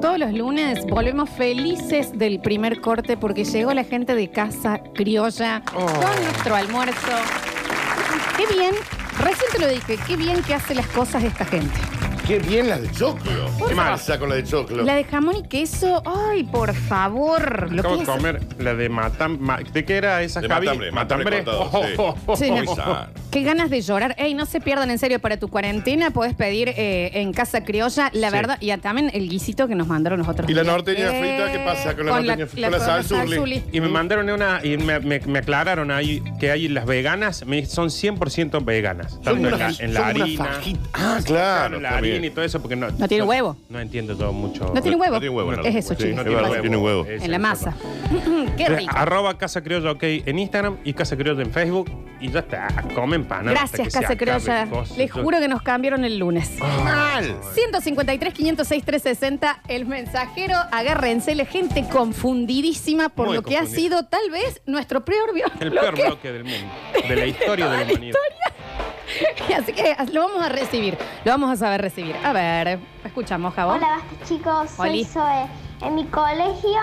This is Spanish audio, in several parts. todos los lunes volvemos felices del primer corte porque llegó la gente de casa criolla Oh. con nuestro almuerzo. Qué bien, recién te lo dije, qué bien que hace las cosas esta gente. Qué bien la Ah, de choclo. Por Qué favor. marza con la de choclo. La de jamón y queso, ay, por favor. Lo Acabo que de es- comer la de Matam... ma- ¿De qué era esa, De Javi? matambre, matambre cortado, sí. Sí, Muy no. sano. Qué ganas de llorar. Ey, no se pierdan, en serio, para tu cuarentena podés pedir eh, en Casa Criolla, la Sí. verdad, y a- también el guisito que nos mandaron nosotros. ¿Y la norteña frita? ¿Qué pasa Eh, con la norteña frita? Con la salsa salsa urli. urli. Y me mandaron una... Y me, me- me aclararon ahí que hay las veganas. Me, son 100% veganas. Son Tanto en la, unas- en la son unas harina... fajitas. Ah, claro. la está bien. harina y todo eso porque no... No tiene huevo. No entiendo todo mucho. No tiene huevo. No tiene huevo, no. Es eso, Sí, chicos. no ¿Qué tiene pasa? huevo. tiene huevo. Esa En la es masa. otra. Qué rico. Arroba Casa Criolla OK en Instagram y Casa Criolla en Facebook. Y ya está, comen Ah, pan. Gracias, Casa Criolla. Les juro que nos cambiaron el lunes. Oh, Mal. 153, 506, 360, el mensajero, agárrense, la gente confundidísima por Muy lo que ha confundida. sido tal vez nuestro peor bloque. El peor bloque del mundo. De la historia de la humanidad. Así que ah, lo vamos a recibir, lo vamos a saber recibir. A ver, escuchamos, Jabón. Hola, basta chicos, soy Oli. Zoe. En mi colegio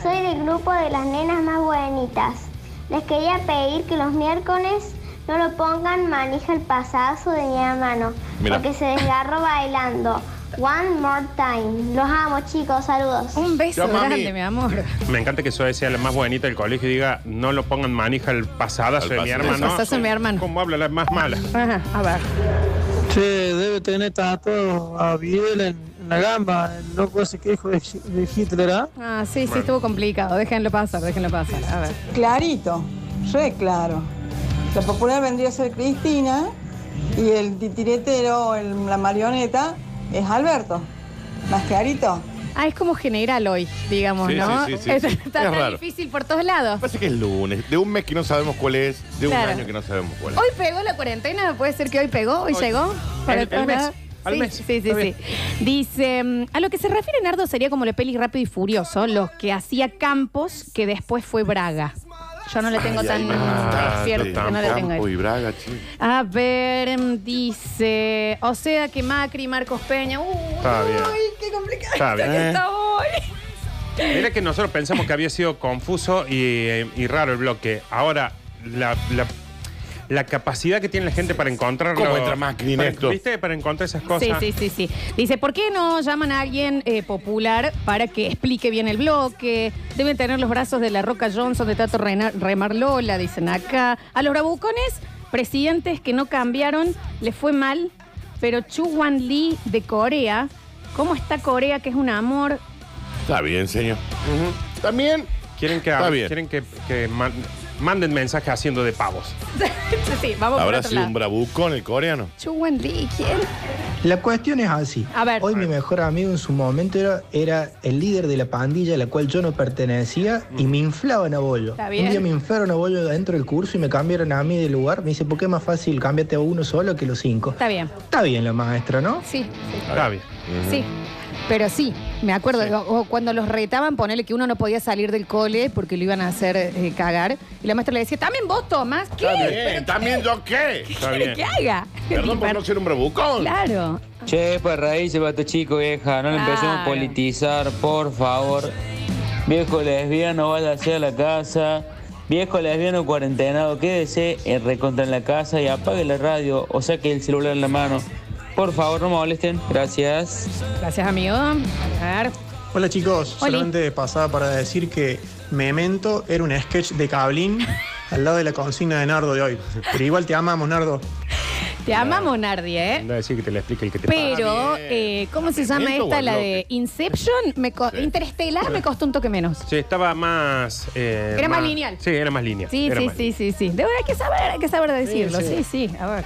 soy del grupo de las nenas más buenitas. Les quería pedir que los miércoles no lo pongan manija el pasazo de mi hermano, Mira. porque se desgarró bailando. One more time. Los amo, chicos. Saludos. Un beso Ya, mami. grande, mi amor. Me encanta que Zoe sea la más bonita del colegio y diga, no lo pongan manija al pasadazo Al de mi pasadazo. hermano. Al pasadazo de mi hermano. ¿Cómo habla la más mala? Ajá, Ah, a ver. Che, debe tener tatuado a Videl en, en la gamba, el loco ese que hijo de, de Hitler, ¿ah? Ah, sí, sí, estuvo complicado. Déjenlo pasar, déjenlo pasar. A ver. Clarito, re claro. La popular vendría a ser Cristina y el titiretero, el- la marioneta, es Alberto. Más clarito. Ah, es como general hoy, digamos, Sí, ¿no? sí, sí, sí, Es- sí. Está Es tan raro. difícil por todos lados. Pasa que es lunes. De un mes que no sabemos cuál es, de un Claro. año que no sabemos cuál es. Hoy pegó la cuarentena, puede ser que hoy pegó, hoy, Hoy. llegó. El- el todos mes, lados. al sí, mes, sí, sí, está sí. bien. Dice, mm, a lo que se refiere Nardo sería como la peli Rápido y Furioso, los que hacía Campos, que después fue Braga. Yo no la tengo Ay, tan ahí me mataste. cierta, no la tengo. Campo ahí. y Braga, che. A ver, mm, dice, o sea que Macri, Marcos Peña, uy, Está bien. uy, qué complicado Está bien. que está hoy. Mira que nosotros pensamos que había sido confuso y, y raro el bloque. Ahora, la, la- la capacidad que tiene la gente para encontrar... ¿Cómo entra Macri en para- esto? ¿Viste? Para encontrar esas cosas. Sí, sí, sí, sí. Dice, ¿por qué no llaman a alguien eh, popular para que explique bien el bloque? Deben tener los brazos de la Roca Johnson, de Tato Rena- Remar Lola, dicen acá. A los bravucones, presidentes que no cambiaron, les fue mal, pero Chu Wan Lee de Corea, ¿cómo está Corea, que es un amor? Está bien, señor. Ujú. También. Quieren que, Está bien. Quieren que, que man- manden mensajes haciendo de pavos. sí, vamos por Habrá otro sido lado. un bravucón el coreano. Chu Wan Lee, ¿quién? La cuestión es así. A ver. Hoy mi mejor amigo en su momento era, era el líder de la pandilla a la cual yo no pertenecía y me inflaban a bollo. Está bien. Un día me inflaron a bollo dentro del curso y me cambiaron a mí de lugar. Me dice, ¿por qué es más fácil? Cámbiate a uno solo que los cinco. Está bien, Está bien la maestra, ¿no? sí, sí. Está bien. Sí, pero sí, me acuerdo, o- o cuando los retaban, ponerle que uno no podía salir del cole porque lo iban a hacer eh, cagar, y la maestra le decía, también vos tomás, ¿qué? Está ¿Pero qué bien. ¿También yo qué? Está quiere bien. que haga? Perdón por no ser un bravucón. Claro. Che, para ahí se va tu chico, vieja. No lo empecemos Claro. a politizar, por favor. Viejo lesbiano, vaya hacia la casa. Viejo lesbiano cuarentenado, quédese eh, recontra en la casa y apague la radio o saque el celular en la mano. Por favor, no me molesten. Gracias. Gracias, amigo. A ver. Hola chicos, Oli. solamente pasaba para decir que Memento era un sketch de Cablín al lado de la consigna de Nardo de hoy. Pero igual te amamos, Nardo. Te amamos, Nardi, ¿eh? Anda a decir que te la explique el que te Pero, Ah, bien. eh, ¿cómo se llama ¿Pimiento o esta? el La bloque? de Inception, me co- Sí. Interestelar, me costó un toque menos. Sí, estaba más. eh, Era más lineal. Sí, era más lineal. Sí, Era sí, más sí, sí, sí. De verdad hay que saber, hay que saber decirlo. Sí, sí, a ver.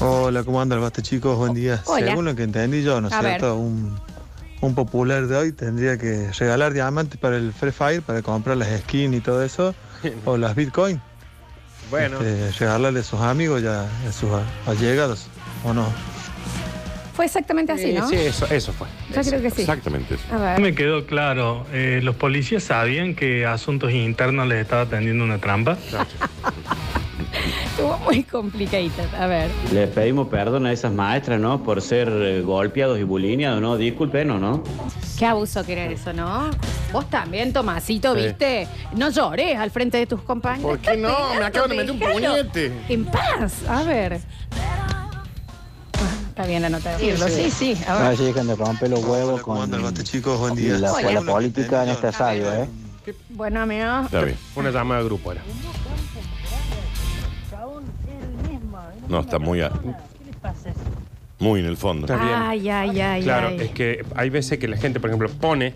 Hola, ¿cómo andan? Basta chicos, buen día. Oh, Hola. Según lo que entendí yo, ¿no es A ver. cierto? Un, un popular de hoy tendría que regalar diamantes para el Free Fire, para comprar las skins y todo eso, o las Bitcoin. lineal. Bueno, Este, regalarle a sus amigos y a, a sus a- allegados, ¿o no? Fue exactamente así, eh, ¿no? sí, eso, eso fue. Yo creo que sí. Exactamente eso. A ver. Me quedó claro, eh, los policías sabían que asuntos internos les estaba tendiendo una trampa. Estuvo muy complicado. A ver. Les pedimos perdón a esas maestras, ¿no? Por ser eh, golpeados y bulineados, ¿no? Disculpenos, ¿no? Qué abuso que era eso, ¿no? Vos también, Tomasito, Sí. ¿viste? No llores al frente de tus compañeros. ¿Por qué no? Estás Me acaban de meter un déjalo puñete. En paz. A ver. Ah, Está bien la nota. de voz. Sí, sí. A No ver. llegan de romper los huevos con, chicos? Buen con día. la, con la Hola. política en esta radio, ¿eh? Bueno, amigo. Está bien. Una llamada de grupo era. No, está muy, a- muy en el fondo. Está bien. Ay, ay, ay, Claro, ay. es que hay veces que la gente, por ejemplo, pone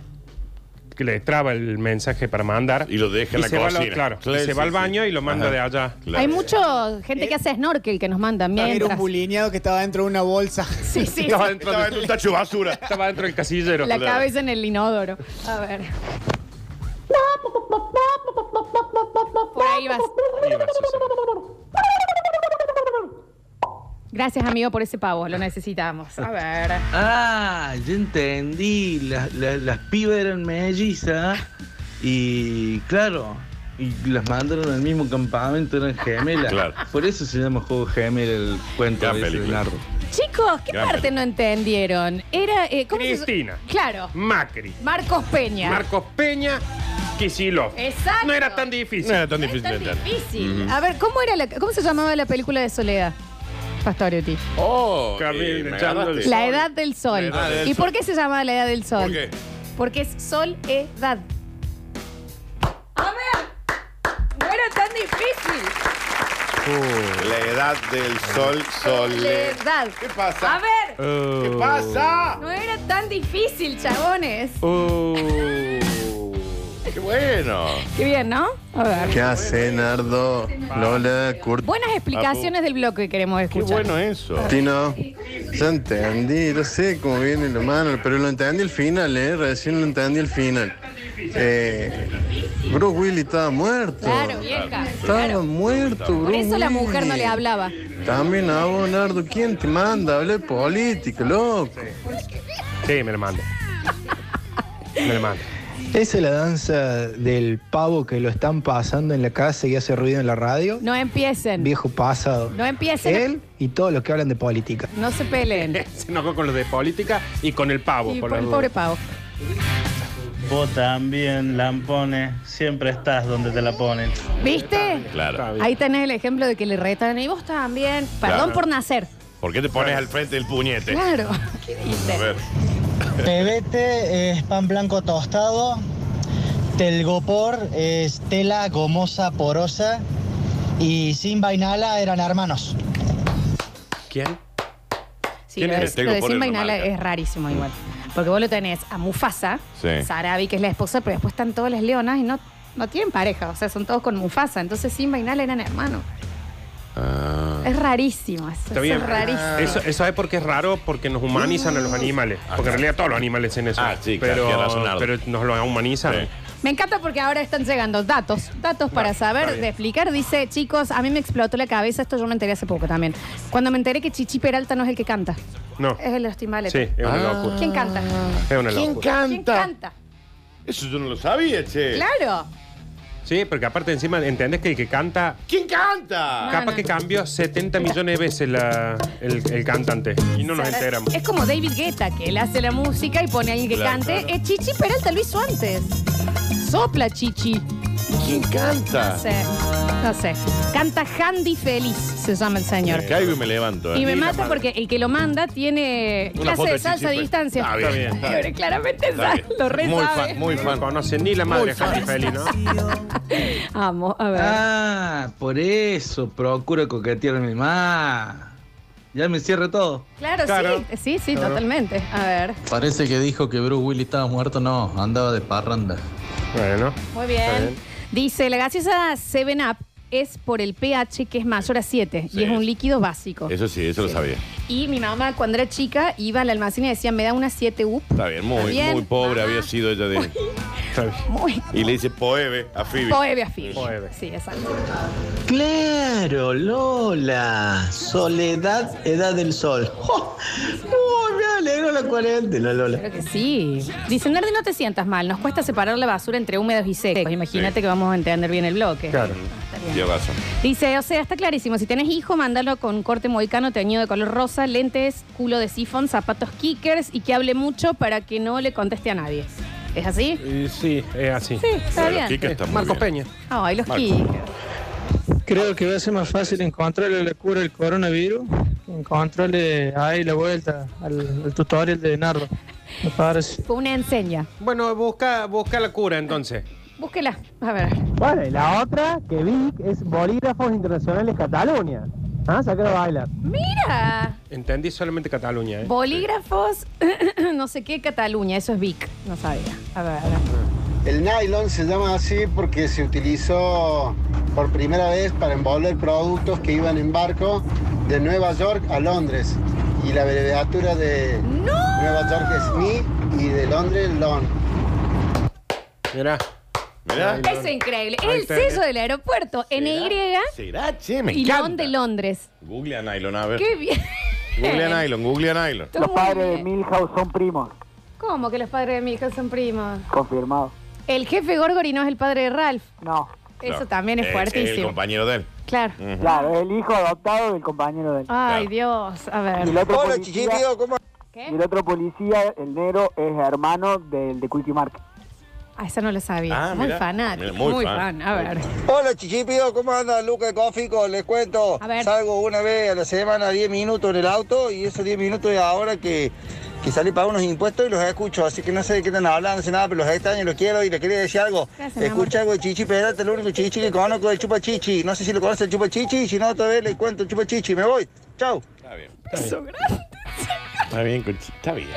que le traba el mensaje para mandar. Y lo deja en la se va al- cocina. claro, y Claro, se sí, va al sí. baño y lo manda Ajá. de allá. Hay mucha gente que hace snorkel que nos mandan Era un mientras. bulineado que estaba dentro de una bolsa. Sí, sí. Estaba dentro, Estaba dentro de un tacho de basura. Estaba dentro del casillero. La cabeza en el inodoro. A ver. Por ahí vas. Gracias, amigo, por ese pavo. Lo necesitamos. A ver. Ah, yo entendí. Las, las, las pibas eran mellizas y claro, y las mandaron al mismo campamento, eran gemelas. Claro. Por eso se llama juego gemel el cuento Gran ese de película. Nardo. Chicos, ¿qué Gran parte no entendieron? Era. eh, ¿cómo se- Cristina. Claro. Macri. Marcos Peña. Marcos Peña, Kicillof. Exacto. No era tan difícil. No era tan difícil de entender. Difícil. Ujú. A ver, ¿cómo, era la, ¿cómo se llamaba la película de Soledad? Pastoretti. Oh, Camil, eh, me echando el agarraste. La edad del sol. La edad del ¿Y sol. por qué se llamaba la edad del sol? ¿Por qué? Porque es sol-edad. A ver, no era tan difícil. La edad del sol, E- sol. Soledad. ¿Qué pasa? A ver, Oh. ¿Qué pasa? no era tan difícil, chabones. Oh. Uh, Qué bueno. Qué bien, ¿no? A ver. ¿Qué hace, Nardo? Lola, Curti. Buenas explicaciones del bloque que queremos escuchar. eso. Tino, ya entendí, yo sé cómo viene la mano, pero lo entendí al final, ¿eh? Recién lo entendí al final. Eh, Bruce Willis estaba muerto. Claro, vieja. Estaba muerto, Por Bruce eso la mujer Willis. no le hablaba. También a vos, Nardo, ¿quién te manda? Habla de política, loco. Sí, me lo manda. Me lo manda. ¿Esa es la danza del pavo que lo están pasando en la casa y hace ruido en la radio? No empiecen. Viejo pasado. No empiecen. Él y todos los que hablan de política. No se peleen. Se enojó con los de política y con el pavo. Y por por la el duda. pobre pavo. Vos también, Lampones, siempre estás donde te la ponen. ¿Viste? Claro. Ahí tenés el ejemplo de que le retan. Y vos también. Perdón Claro. por nacer. ¿Por qué te pones al frente del puñete? Claro. A ver. Pebete es pan blanco tostado. Telgopor es tela gomosa porosa. Y sin vainala eran hermanos. ¿Quién? Sí, ¿Quién lo es? de- Tengo lo de por Sin el Vainala Marca. es rarísimo igual. Porque vos lo tenés a Mufasa, Sí. Sarabi, que es la esposa, pero después están todas las leonas y no, no tienen pareja. O sea, son todos con Mufasa. Entonces Simba y Nala eran hermanos. Ah. Es rarísimo eso. Ah. Está bien. Es rarísimo. Mm. Eso, eso es porque es raro, porque nos humanizan a los animales. Porque en realidad todos los animales en eso. Ah, sí, claro, pero, tiene razón, Nardo. pero nos lo humanizan. Me encanta porque ahora están llegando datos, datos para saber, bien. de explicar. Dice, chicos, a mí me explotó la cabeza, esto yo me enteré hace poco también. Cuando me enteré que Chichi Peralta no es el que canta, No. es el de los timbales. Sí, es una Ah. locura. ¿Quién canta? Es una ¿Quién locura. canta? ¿Quién canta? Eso yo no lo sabía, che. Claro. Sí, porque aparte encima entendés que el que canta. ¿Quién canta? Capaz que cambió 70 millones de veces la- el, el cantante. Y no nos Sara- enteramos. Es como David Guetta, que él hace la música y pone a alguien que Claro, cante. Eh, claro. Chichi Peralta lo hizo antes. Sopla, Chichi. ¿Quién canta? No sé, no sé. Canta Handy Feliz, se llama el señor. Me caigo y me levanto. eh. Y me mata porque el que lo manda tiene Una clase foto de de salsa a Chichi, pues. distancia. Ah, Está bien, está bien. Pero claramente Está sa- bien. lo re Muy sabe. fan, muy fan. conoce ni la madre de Happy Feli, ¿no? Amo, a ver. Ah, por eso procuro coquetearme más. Ya me cierre todo. Claro, sí, eh, sí, sí, Claro. totalmente. A ver. Parece que dijo que Bruce Willis estaba muerto, no, andaba de parranda. Bueno. Muy bien. Dice, la gaseosa 7 Up es por el pH que es mayor a 7 y es un líquido básico. Eso sí, eso lo sabía. Y mi mamá cuando era chica iba al almacén y decía, me da una 7 up. Está bien, muy, Está bien. muy pobre había sido ella de. Muy Y le dice poeve a Phoebe. Poebe a Phoebe. Sí, exacto. Claro, Lola. Soledad, edad del sol. ¡Jo! ¡Oh, me alegro la la cuarentena, Lola. Creo que sí. Dicen, Nardi, no te sientas mal. Nos cuesta separar la basura entre húmedos y secos. Imagínate que vamos a entender bien el bloque. Claro. Lleva razón. Dice, o sea, está clarísimo. Si tenés hijo, mándalo con corte mohicano teñido de color rosa, lentes, culo de sifón, zapatos kickers y que hable mucho para que no le conteste a nadie. ¿Es así? Y sí, es así. Sí, está bien. Marcos Peña. Ay, los Marco. kickers. Creo que va a ser más fácil encontrarle la cura al coronavirus, encontrarle ahí la vuelta al, al tutorial de Nardo. Me parece. Fue una enseña. Bueno, busca, busca la cura entonces. Búsquela. A ver. Bueno, y la otra que vi es Bolígrafos Internacionales Cataluña. Ah, sacar a bailar. Mira. Entendí solamente Cataluña, ¿eh? Bolígrafos, no sé qué, Cataluña. Eso es Vic. No sabía. A ver, a ver. El nylon se llama así porque se utilizó por primera vez para envolver productos que iban en barco de Nueva York a Londres. Y la abreviatura de Nueva York es NI y de Londres LON. Mirá. Mirá. Eso es increíble. Ahí El está. sello del aeropuerto. NY. ¿Será? Che, me y encanta. Lon de Londres. Google a nylon, a ver. Qué bien. Google a nylon, Google a nylon. Los padres de Milhouse son primos, ¿Cómo que los padres de mi hija son primos? confirmado. El jefe Gorgori no es el padre de Ralph. No. Eso Claro. también es Eh, Es el fuertísimo. compañero de él. claro. Ujú. Claro, es el hijo adoptado del compañero de él. Ay, Dios. A ver. Y el otro policía, y el otro policía, el negro, es hermano del de Quickie Mark. Ah, esa no lo sabía. Ah, muy mira. fanático. Mira, Muy, muy fan. fan. A ver. Hola chiquipio, ¿cómo andan? Luca de Cófico, les cuento. Salgo una vez a la semana 10 minutos en el auto y esos 10 minutos es ahora que, que salí para unos impuestos y los escucho. Así que no sé de qué están hablando, no sé nada, pero los extraño, los quiero y les quería decir algo. Gracias, mi Escucha algo de Chichi Peralta, el único chichi que conozco es el Chupa Chichi. No sé si lo conoce el Chupa Chichi, si no, otra vez les cuento el Chupa Chichi. Me voy. Chau. Está bien. Eso, gracias. Está bien, Cuchi, está bien.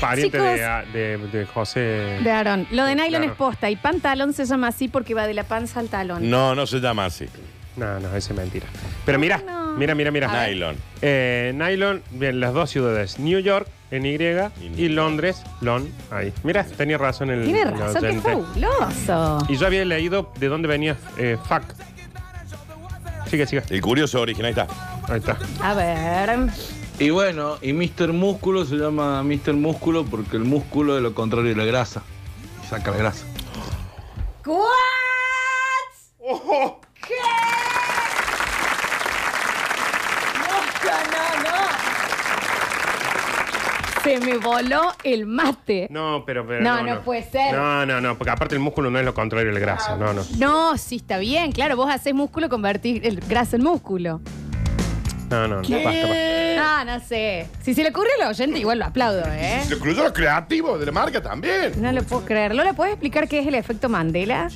Pariente Chicos. de, ah, de, de José. De Aarón. Lo de nylon Claro. es posta y pantalón se llama así porque va de la panza al talón. No, no se llama así. No, no, ese es mentira. Pero mira, mira, mira, mira. Nylon. Eh, nylon, bien, las dos ciudades, New York en Y y Londres, Lon, ahí. Mira, tenía razón el. Tiene el razón, qué oyente. fabuloso. Y yo había leído de dónde venía eh, fuck. Sigue, sigue. El curioso origen, ahí está. Ahí está. A ver. Y bueno, y Mr. Músculo se llama Mr. Músculo porque el músculo es lo contrario de la grasa. Y saca la grasa. ¿What? Oh. ¿Qué? Se me voló el mate. No, pero, pero No, no puede ser. No, no, no, porque aparte el músculo no es lo contrario del grasa, no, no. No, sí, está bien, claro. Vos hacés músculo, convertís el grasa en músculo. No, no, no, ¿Qué? basta, basta. Ah, no sé. Si se le ocurre al oyente, igual lo aplaudo, ¿eh? Se incluye los creativos de la marca también. No lo puedo creer. ¿Lola, puedes explicar qué es el efecto Mandela?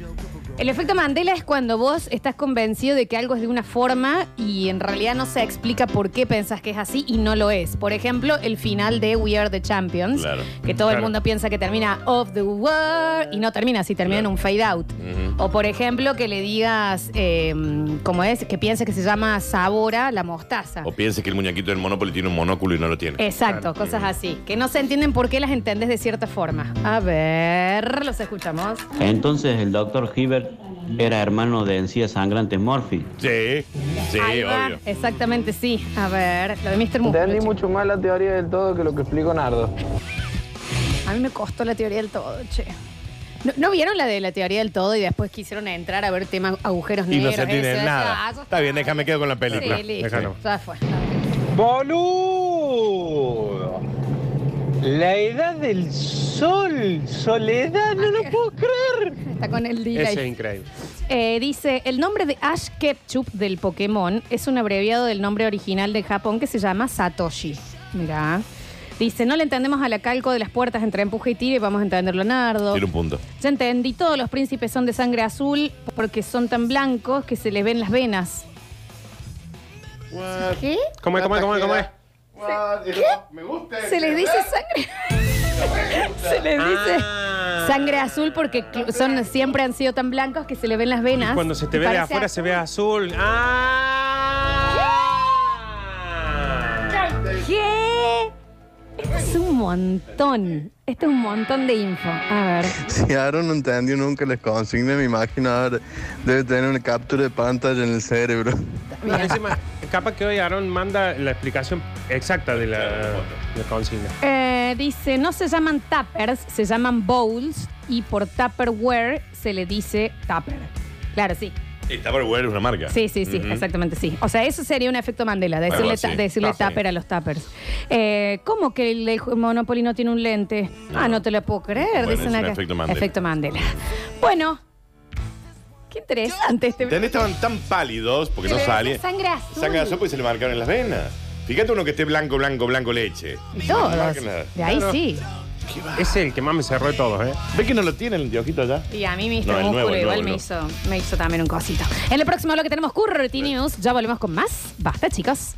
El efecto Mandela es cuando vos estás convencido de que algo es de una forma y en realidad no se explica por qué pensás que es así y no lo es. Por ejemplo, el final de We Are the Champions, Claro. que todo el Claro. mundo piensa que termina off the world y no termina así, termina en un fade out. O por ejemplo, que le digas, eh, ¿cómo es? Que pienses que se llama Sabora la mostaza. O piense que el muñequito del Monopoly tiene un monóculo y no lo tiene. Exacto, cosas así. Que no se entienden por qué las entendés de cierta forma. A ver, los escuchamos. Entonces el doctor Hibbert era hermano de Encías Sangrantes Murphy. Sí, sí, Ahí va, Exactamente, sí. A ver, lo de Mr. Músculo. Entendí mucho más la teoría del todo que lo que explicó Nardo. A mí me costó la teoría del todo, che. ¿No, no vieron la de la teoría del todo y después quisieron entrar a ver temas agujeros Y no negros? se eso, entiende eso? nada. Ah, eso- Está bien, déjame quedo con la película. Sí, listo. Déjalo. Ya fue. ¡Boludo! La edad del sol, soledad, no lo puedo creer. Está con el delay. Ese es increíble. Eh, dice, el nombre de Ash Ketchup del Pokémon es un abreviado del nombre original de Japón que se llama Satoshi. Mirá. Dice, no le entendemos a la calco de las puertas entre empuje y tiro y vamos a entenderlo, Nardo. Tiene un punto. Ya entendí, todos los príncipes son de sangre azul porque son tan blancos que se les ven las venas. ¿Qué? ¿Cómo es, cómo es, cómo es, cómo es? Me gusta. Se les dice sangre. se les dice sangre azul porque cl- son, siempre han sido tan blancos que se le ven las venas. Cuando se te Y ve de parece afuera se ve azul. ¡Ah! ¿Qué? Esto es un montón. Esto es un montón de info. A ver. Si Aaron no entendió nunca las consignas, me imagino ahora debe tener una captura de pantalla en el cerebro. No, encima, capaz que hoy Aaron manda la explicación exacta de la, de la consigna. Eh, dice, no se llaman tappers, se llaman bowls y por tupperware se le dice tupper. Claro, sí. Sí, Tupperware es una marca. Sí, sí, sí, Ujú. exactamente, sí. O sea, eso sería un efecto Mandela, decirle, así, Ah, ta- decirle tupper. tupper a los tuppers. Eh, ¿Cómo que el el Monopoly no tiene un lente? Ah, no te lo puedo creer, Bueno, dicen es un acá. efecto Mandela. Efecto Mandela. Bueno, qué interesante este... Tenés estaban tan pálidos porque no Pero salían. Sangre azul. Sangre azul porque se le marcaron en las venas. Fíjate uno que esté blanco, blanco, blanco leche. Y No Todos. marca nada. De ahí Claro. sí. Es el que más me cerró de todos, ¿eh? ¿Ves que no lo tiene el diojito allá? Y a mí Mr. No, el Músculo nuevo, el igual nuevo, me, el hizo, me hizo también un cosito. En el próximo bloque tenemos Curti News. Ya volvemos con más. Basta, chicos.